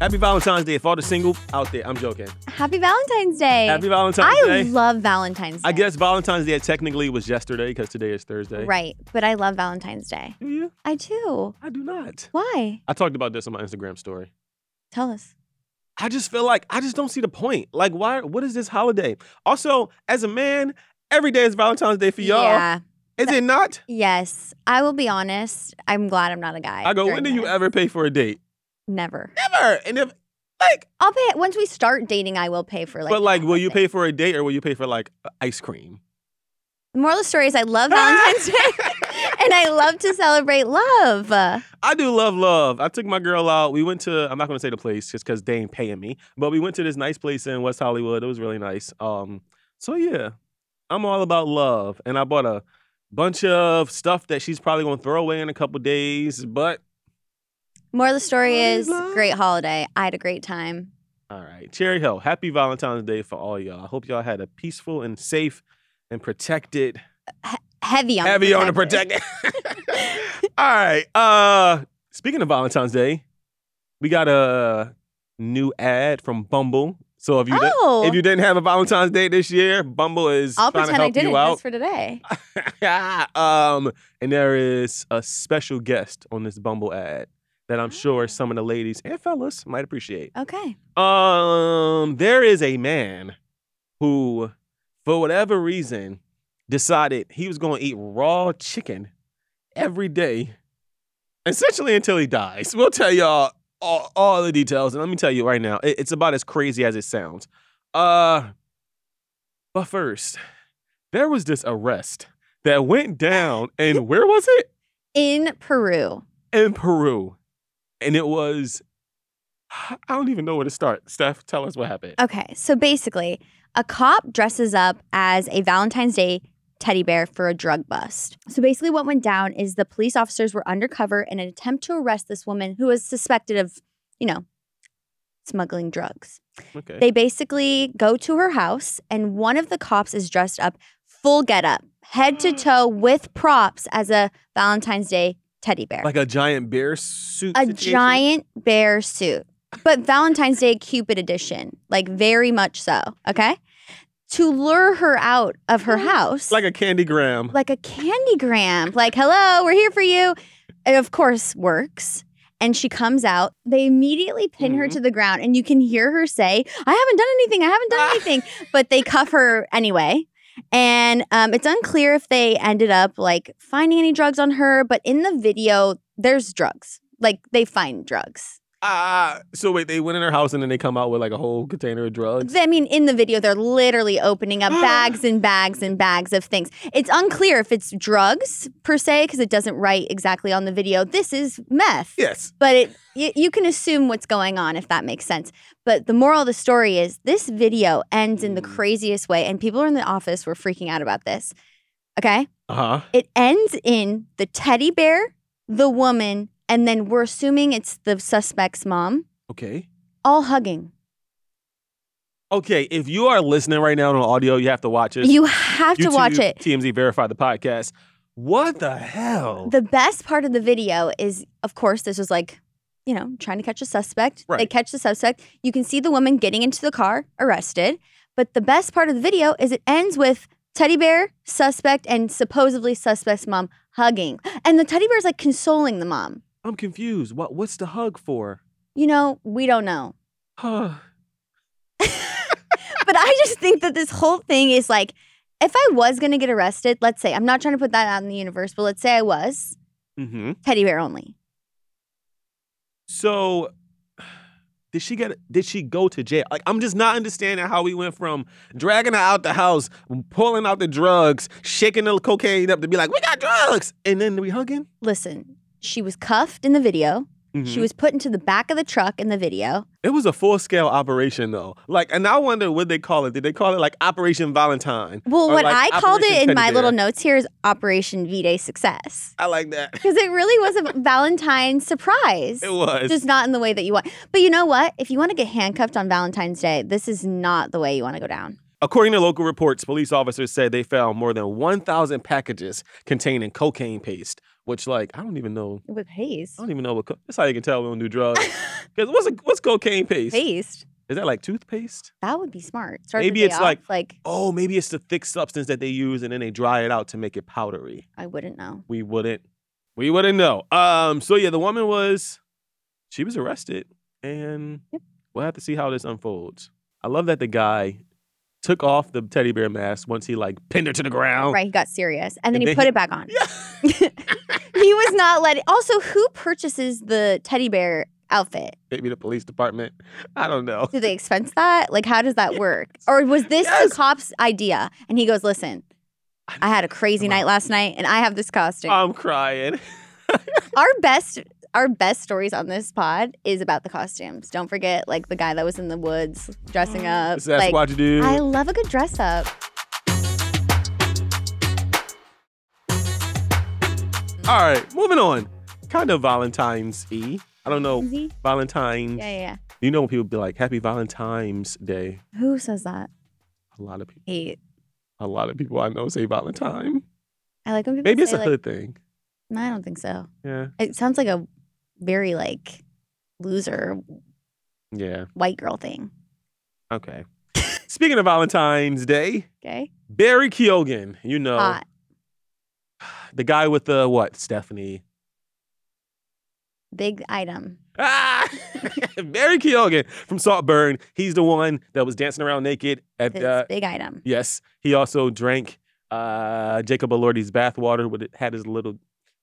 Happy Valentine's Day. If all the single out there, I'm joking. Happy Valentine's Day. Happy Valentine's I Day. love Valentine's Day. I guess Valentine's Day technically was yesterday because today is Thursday. Right, but I love Valentine's Day. Do you? I do. I do not. Why? I talked about this on my Instagram story. Tell us. I just feel like I just don't see the point. Like, why? What is this holiday? Also, as a man, every day is Valentine's Day for y'all. Yeah. Is it not? Yes. I will be honest. I'm glad I'm not a guy. I go. during When do you this. ever pay for a date? Never. Never. And if like, I'll pay it once we start dating. I will pay for like. but like, half will of you it. pay for a date or will you pay for like ice cream? The moral of the story is I love Valentine's Day, and I love to celebrate love. Uh, I do love love. I took my girl out. We went to I'm not gonna say the place just because they ain't paying me, but we went to this nice place in West Hollywood. It was really nice. Um, so yeah, I'm all about love, and I bought a bunch of stuff that she's probably gonna throw away in a couple days. But Moral of the story Love is is love. great holiday. I had a great time. all right, Cherry Hill, happy Valentine's Day for all y'all. I hope y'all had a peaceful and safe and protected Heavy on heavy the on the protected. All right. Uh speaking of Valentine's Day, we got a new ad from Bumble. So if you di- Oh. if you didn't have a Valentine's Day this year, Bumble is I'll trying to pretend I help did it you out. just for today. um and there is a special guest on this Bumble ad that I'm sure Oh. some of the ladies and fellas might appreciate. Okay. Um, there is a man who, for whatever reason, decided he was going to eat raw chicken every day, essentially until he dies. We'll tell y'all all, all the details, and let me tell you right now, it- it's about as crazy as it sounds. Uh, but first, there was this arrest that went down, and where was it? In Peru. in Peru, and it was. I don't even know where to start. Steph, tell us what happened. Okay, so basically, a cop dresses up as a Valentine's Day teddy bear for a drug bust. So basically, what went down is the police officers were undercover in an attempt to arrest this woman who was suspected of, you know, smuggling drugs. Okay. They basically go to her house, and one of the cops is dressed up full getup, head to toe with props as a Valentine's Day teddy bear like a giant bear suit. a situation? giant bear suit, but Valentine's Day Cupid edition, like very much so. Okay, to lure her out of her house, Like a candygram. like a candygram, like hello, we're here for you. It of course works. And she comes out. They immediately pin her Mhm. to the ground, and you can hear her say, "I haven't done anything. I haven't done anything." but they cuff her anyway. And um, it's unclear if they ended up like finding any drugs on her, but in the video, there's drugs. Like they find drugs. Ah, so wait, they went in her house and then they come out with like a whole container of drugs. I mean, in the video, they're literally opening up bags and bags and bags of things. It's unclear if it's drugs per se, because it doesn't write exactly on the video. This is meth. yes. but it you, you can assume what's going on if that makes sense but the moral of the story is this video ends in the Mm. craziest way and people in the office were freaking out about this okay Uh huh. it ends in the teddy bear the woman and then we're assuming it's the suspect's mom Okay. all hugging Okay. If you are listening right now on audio, you have to watch this. you have to watch YouTube, it TMZ Verify the podcast. What the hell? the best part of the video is of course this was like you know trying to catch a suspect they Right. catch the suspect you can see the woman getting into the car arrested but the best part of the video is it ends with teddy bear suspect and supposedly suspect's mom hugging and the teddy bear is like consoling the mom I'm confused. What? What's the hug for? Mm-hmm. you know we don't know Huh. but i just think that this whole thing is like if i was going to get arrested let's say i'm not trying to put that out in the universe but let's say i was mm-hmm. teddy bear only So did she get did she go to jail? Like I'm just not understanding how we went from dragging her out the house, pulling out the drugs, shaking the cocaine up to be like, we got drugs. And then we hugging? listen she was cuffed in the video Mm-hmm. She was put into the back of the truck in the video. it was a full scale operation though. Like, and I wonder what they call it. Did they call it like Operation Valentine? Well, Or what Oh, like I called it Operation in my Teddy little Bear? notes here is Operation V Day Success. I like that. Because it really was a Valentine's surprise. It was. Just not in the way that you want. But you know what? If you want to get handcuffed on Valentine's Day, this is not the way you want to go down. According to local reports, police officers said they found more than 1,000 packages containing cocaine paste, which, like, I don't even know. With I paste. don't even know what. Co- that's how you can tell we don't do drugs. Because what's, a, what's cocaine paste? paste. Is that like toothpaste? That would be smart. Start Maybe the day it's off, like- like Oh, maybe it's the thick substance that they use and then they dry it out to make it powdery. I wouldn't know. We wouldn't. We wouldn't know. Um. So yeah, the woman was, she was arrested, and Yep. we'll have to see how this unfolds. I love that the guy took off the teddy bear mask once he like pinned her to the ground. Right, he got serious. And Oh. And then he then put he- it back on. Yeah. he was not letting also who purchases the teddy bear outfit? Maybe the police department. I don't know. Do they expense that? Like how does that work? Or was this Yes. the cop's idea? And he goes, Listen, I had a crazy Come on. Um, night last night and I have this costume. I'm crying. our best our best stories on this pod is about the costumes. Don't forget like the guy that was in the woods dressing up. So that's like, what you do. I love a good dress up. All right, moving on. Kind of Valentine's E. I don't know. Lindsay? Valentine's. Mm-hmm. Yeah, yeah, You know when people be like, "Happy Valentine's Day." yeah. Who says that? A lot of people. Hate. A lot of people I know say Valentine. I like when people Maybe it's say, a like, hood thing. No, I don't think so. Yeah. It sounds like a very like loser Yeah. white girl thing. Okay. Speaking of Valentine's Day, Okay. Barry Keoghan, you know, Hot. the guy with the what, Stephanie? Big item. Ah! Barry Keoghan from Saltburn. He's the one that was dancing around naked at This uh, big item. Yes. He also drank uh, Jacob Elordi's bathwater, with it had his little,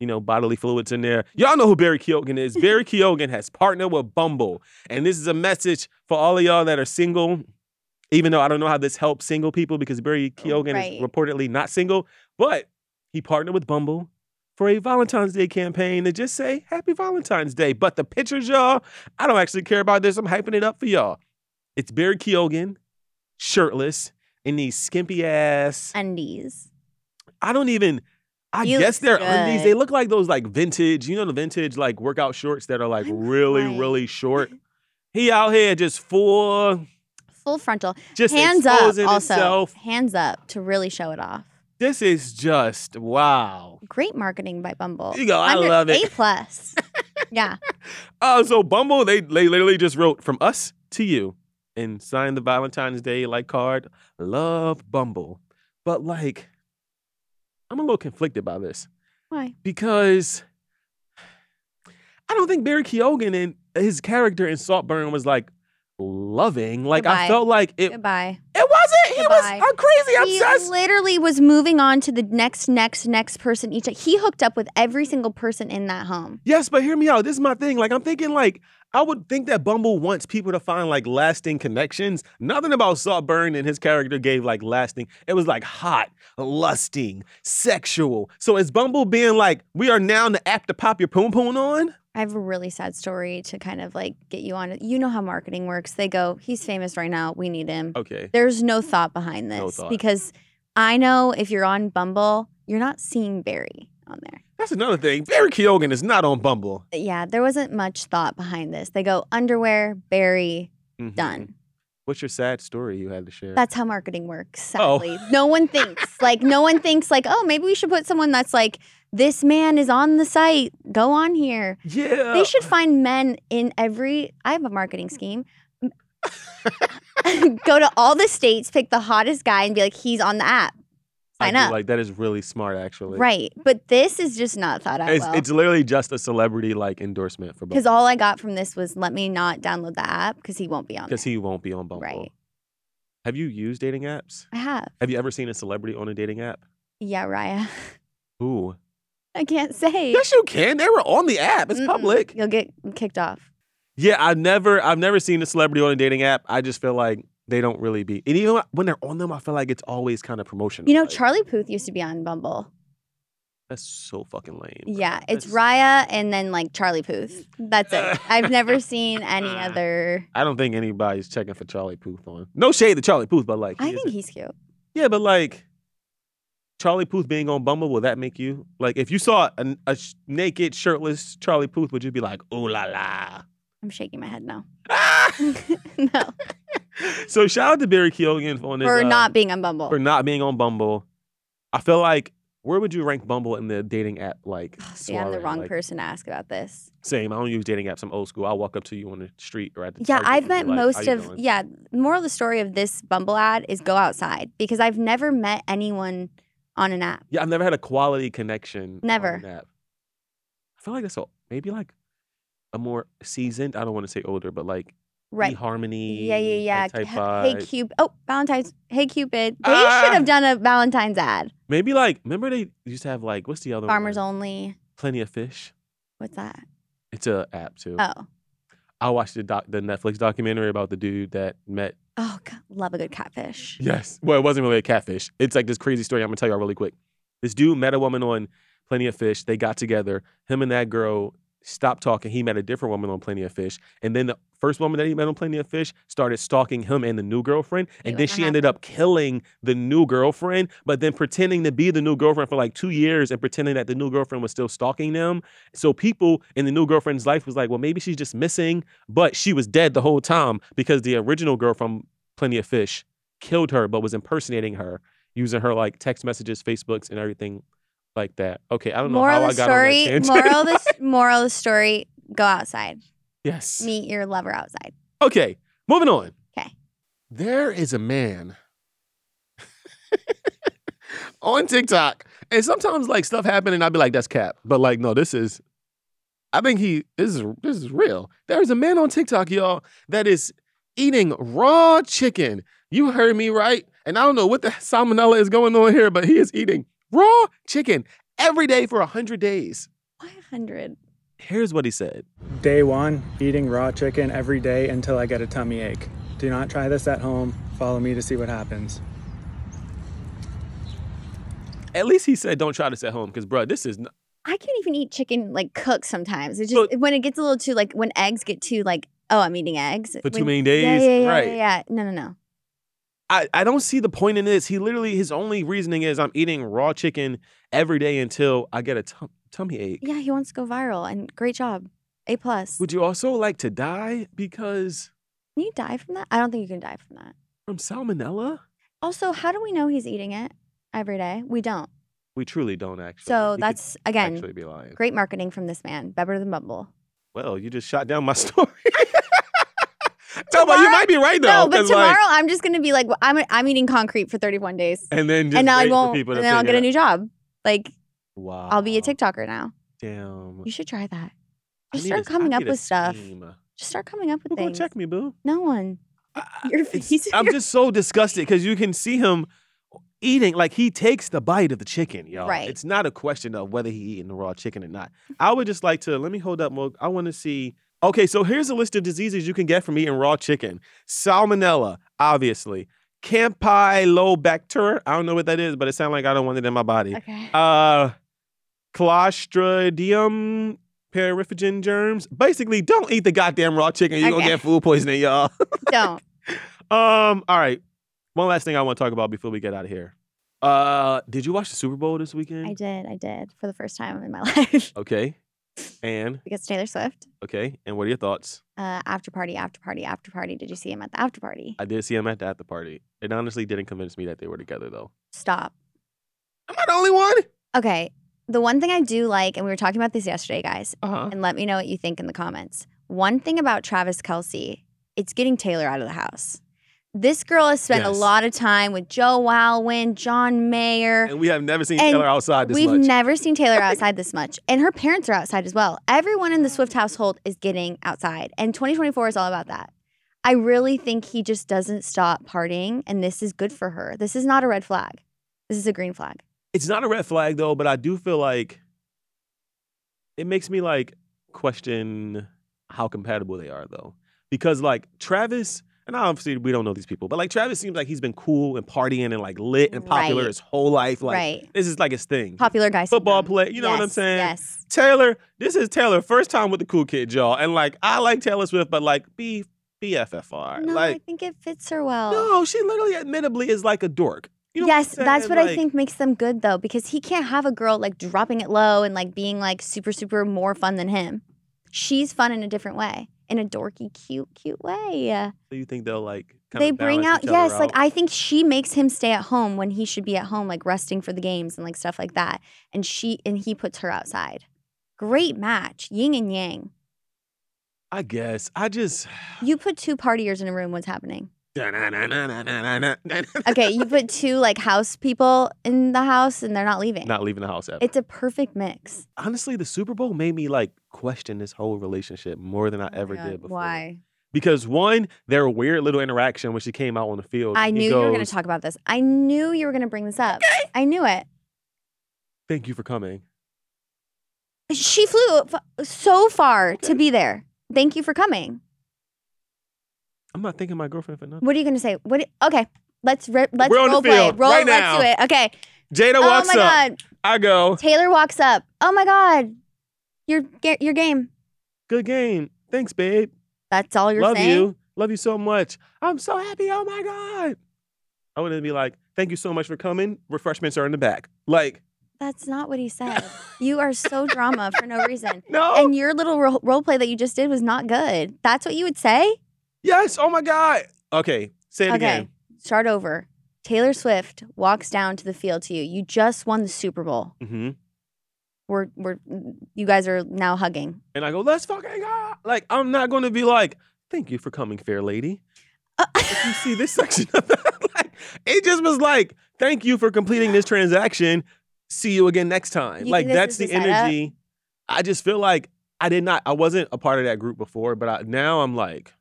you know, bodily fluids in there. Y'all know who Barry Keoghan is. Barry Keoghan has partnered with Bumble. And this is a message for all of y'all that are single, even though I don't know how this helps single people because Barry Keoghan right. is reportedly not single, but he partnered with Bumble. For a Valentine's Day campaign to just say Happy Valentine's Day. But the pictures, y'all, I don't actually care about this. I'm hyping it up for y'all. It's Barry Keoghan, shirtless, in these skimpy ass. Undies. I don't even. I He guess looks they're undies. good. They look like those like vintage. You know the vintage like workout shorts that are like I'm really crying. really short. He out here just full, Full frontal. just Hands up exposing also. himself. Hands up to really show it off. This is just wow. Great marketing by Bumble. You go, I Under love it. A plus. yeah. Uh, so Bumble, they they literally just wrote from us to you and signed the Valentine's Day like card. Love Bumble, but like, I'm a little conflicted by this. Why? because I don't think Barry Keoghan and his character in Saltburn was like loving. Like I Goodbye. felt like it. Goodbye. It wasn't. He Goodbye. was a crazy He obsessed. literally was moving on to the next, next, next person each. He hooked up with every single person in that home. yes, but hear me out. This is my thing. Like I'm thinking like. I would think that Bumble wants people to find like lasting connections. Nothing about Saltburn and his character gave like lasting. It was like hot, lusting, sexual. So is Bumble being like, we are now in the app to pop your poon poon on? I have a really sad story to kind of like get you on. it. You know how marketing works. They go, he's famous right now. We need him. Okay. There's no thought behind this No thought. because I know if you're on Bumble, you're not seeing Barry on there. That's another thing. Barry Keoghan is not on Bumble. Yeah, there wasn't much thought behind this. They go underwear, Barry, Mhm. done. What's your sad story you had to share? That's how marketing works. Oh. Sadly, no one thinks like no one thinks like, oh, maybe we should put someone that's like this man is on the site. Go on here. yeah. They should find men in every. I have a marketing scheme. Go to all the states, pick the hottest guy, and be like, he's on the app. I Sign do up. Like that is really smart, actually. right. But this is just not thought out It's, well. it's literally just a celebrity like endorsement for Because Bumble all I got from this was let me not download the app because he won't be on. because Because he won't be on Bumble. Right. Have you used dating apps? I have. Have you ever seen a celebrity on a dating app? Yeah, Raya. Who? I can't say. Yes, you can. They were on the app. It's Mm-mm. public. You'll get kicked off. Yeah, I've never, I've never seen a celebrity on a dating app. I just feel like they don't really be. And even when they're on them, I feel like it's always kind of promotional. You know, like, Charlie Puth used to be on Bumble. That's so fucking lame. Yeah, it's That's- Raya and then like Charlie Puth. That's it. I've never seen any other. I don't think anybody's checking for Charlie Puth on. No shade to Charlie Puth, but like, he I is think he's cute. Yeah, but like Charlie Puth being on Bumble, will that make you like if you saw a, a sh- naked, shirtless Charlie Puth, would you be like, "Ooh la la"? I'm shaking my head no. Ah! no. So shout out to Barry Keoghan on this for uh, not being on Bumble. for not being on Bumble. I feel like where would you rank Bumble in the dating app? Like, See, I'm the soiree? wrong Like, person to ask about this. Same. I don't use dating apps. I'm old school. I'll walk up to you on the street or at the Yeah, Target I've and be met like, "How most you of doing?" yeah. Moral of the story of this Bumble ad is go outside because I've never met anyone on an app. Yeah, I've never had a quality connection. Never. On an app. I feel like that's a, maybe like a more seasoned. I don't want to say older, but like Right. harmony. Yeah, yeah, yeah. Type Hey vibe. Cupid. Oh, Valentine's. Hey Cupid. They Ah! should have done a Valentine's ad. Maybe like remember they used to have like what's the other Farmers one? only. Plenty of Fish. What's that? It's a app too. Oh. I watched the doc, the Netflix documentary about the dude that met. Oh, God. love a good catfish. Yes, well, it wasn't really a catfish. It's like this crazy story. I'm gonna tell y'all really quick. This dude met a woman on Plenty of Fish. They got together. Him and that girl stopped talking. He met a different woman on Plenty of Fish, and then the first woman that he met on Plenty of Fish started stalking him and the new girlfriend. And Ew, then that she ended up killing the new girlfriend, but then pretending to be the new girlfriend for like two years and pretending that the new girlfriend was still stalking them. So people in the new girlfriend's life was like, well, maybe she's just missing, but she was dead the whole time because the original girl from Plenty of Fish killed her, but was impersonating her using her like text messages, Facebooks, and everything like that. Okay, I don't know moral how of I the got on that story. tangent. Moral of the s- moral of the story. Go outside. yes. Meet your lover outside. Okay, moving on. 'Kay. There is a man on TikTok, and sometimes like stuff happened, and I'd be like, "That's cap," but like, no, this is. I think he this is this is real. There is a man on TikTok, y'all, that is eating raw chicken. You heard me right, and I don't know what the salmonella is going on here, but he is eating raw chicken every day for hundred days. Why hundred? Here's what he said. Day one, eating raw chicken every day until I get a tummy ache. Do not try this at home. Follow me to see what happens. At least he said, "Don't try this at home," because bruh, this is I can't even eat chicken like cooked sometimes. It's So- just when it gets a little too like when eggs get too like oh I'm eating eggs For too When- many Yeah, days? yeah, yeah, Right. Yeah, yeah. No, no, no. I, I don't see the point in this. He literally his only reasoning is I'm eating raw chicken every day until I get a tum- tummy ache. Yeah, he wants to go viral, and great job, A plus. Would you also like to die because Can you die from that? I don't think you can die from that. from salmonella? Also, how do we know he's eating it every day? We don't. We truly don't actually. So He could that's again actually be lying. great marketing from this man. Better than Bumble. Well, you just shot down my story. Tell me, you might be right though. no, but 'cause, tomorrow like, I'm just gonna be like well, I'm I'm eating concrete for 31 days, and then just and now I wait for won't, people and to then I'll figure get a it new job. Like out. Wow. I'll be a TikToker now. Damn. You should try I that. Just need start a- I coming up need a with stuff. scheme. Just start coming up with Who gonna things. check me, boo? No one. I- I- Your it's- face and I'm your- just so disgusted because you can see him eating. Like he takes the bite of the chicken, y'all. Right. It's not a question of whether he eating the raw chicken or not. I would just like to let me hold up. More. I want to see. Okay, so here's a list of diseases you can get from eating raw chicken: salmonella, obviously. Campylobacter. I don't know what that is, but it sounds like I don't want it in my body. Okay. Uh, Clostridium periphagin germs. Basically, don't eat the goddamn raw chicken. You're gonna Okay. get food poisoning, y'all. Don't. Um. All right. One last thing I want to talk about before we get out of here. Uh, did you watch the Super Bowl this weekend? I did. I did for the first time in my life Okay. And because Taylor Swift. okay. And what are your thoughts? Uh, after party, after party, after party. Did you see him at the after party? I did see him at the after party. It honestly didn't convince me that they were together though. Stop. Am I the only one? Okay. The one thing I do like, and we were talking about this yesterday, guys, Uh huh. and let me know what you think in the comments. One thing about Travis Kelsey, it's getting Taylor out of the house. This girl has spent Yes. a lot of time with Joe Alwyn, John Mayer. And we have never seen And Taylor outside this We've much. never seen Taylor outside this much. And her parents are outside as well. Everyone in the Swift household is getting outside. And 2024 is all about that. I really think he just doesn't stop partying. And this is good for her. This is not a red flag. This is a green flag. it's not a red flag though, but I do feel like it makes me like question how compatible they are though. Because like Travis, and obviously we don't know these people, but like Travis seems like he's been cool and partying and like lit and popular Right. his whole life. Like right. this is like his thing. Popular guy. Football syndrome. play, you know what I'm Yes, saying? Yes. Taylor, this is Taylor first time with the cool kid, y'all. And like I like Taylor Swift, but like be BFFR. No, I like think it fits her well. no, she literally admittably is like a dork. You know what I'm yes, that's saying? what I Like, think makes them good though, because he can't have a girl like dropping it low and like being like super, super more fun than him. She's fun in a different way, in a dorky, cute, cute way. Do you think they'll like kinda they bring balance out each other yes like out. i think she makes him stay at home when he should be at home like resting for the games and like stuff like that and she and he puts her outside great match yin and yang I guess I just you put two partiers in a room what's happening not okay you put two like house people in the house and they're not leaving leaving the house ever. it's a perfect mix Honestly, the Super Bowl made me like question this whole relationship more than I Oh my ever God, did before. why Because one, their weird little interaction when she came out on the field. i he knew you were going goes, to talk about this i knew you were going to bring this up i knew it Thank you for coming. she flew f- so far to be there thank you for coming I'm not thanking my girlfriend for nothing. What are you gonna say? What? Okay, let's ri- let's We're on the role play. field Roll, right let's now. do it. Okay. Jada oh walks my up. god. I go, Taylor walks up. Oh my god. Your ga- your game. good game. Thanks, babe. That's all you're Love saying. you. Love you so much. I'm so happy. Oh my God. I wouldn't be like, thank you so much for coming. Refreshments are in the back. Like, That's not what he said. you are so drama for no reason. no. And your little ro- role play that you just did was not good. That's what you would say. yes. Oh my God. Okay. Say it Okay. again. Start over. Taylor Swift walks down to the field to you. You just won the Super Bowl. Mm-hmm. We're we're you guys are now hugging. And I go, let's fucking go. Like, I'm not going to be like, thank you for coming, fair lady. Uh, If you see this section of that, like, it just was like, thank you for completing this transaction. See you again next time. You like, think that's this is the a setup? energy. I just feel like I did not, I wasn't a part of that group before, but I, now I'm like,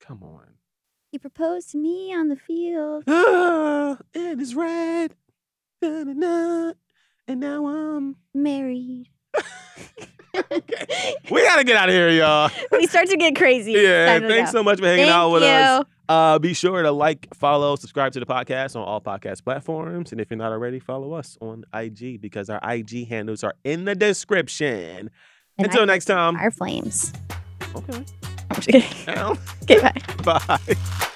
come on. he proposed to me on the field. Ah, it is red. Da-da-da. And now um, I'm. Married. We got to get out of here, y'all. we start to get crazy. Yeah. Time to Thanks go. so much for hanging Thank out with you. us. Uh, be sure to like, follow, subscribe to the podcast on all podcast platforms. And if you're not already, follow us on IG because our IG handles are in the description. And Until I- next time. Fire flames. Okay. I'm just kidding. Ow. Okay, bye. Bye.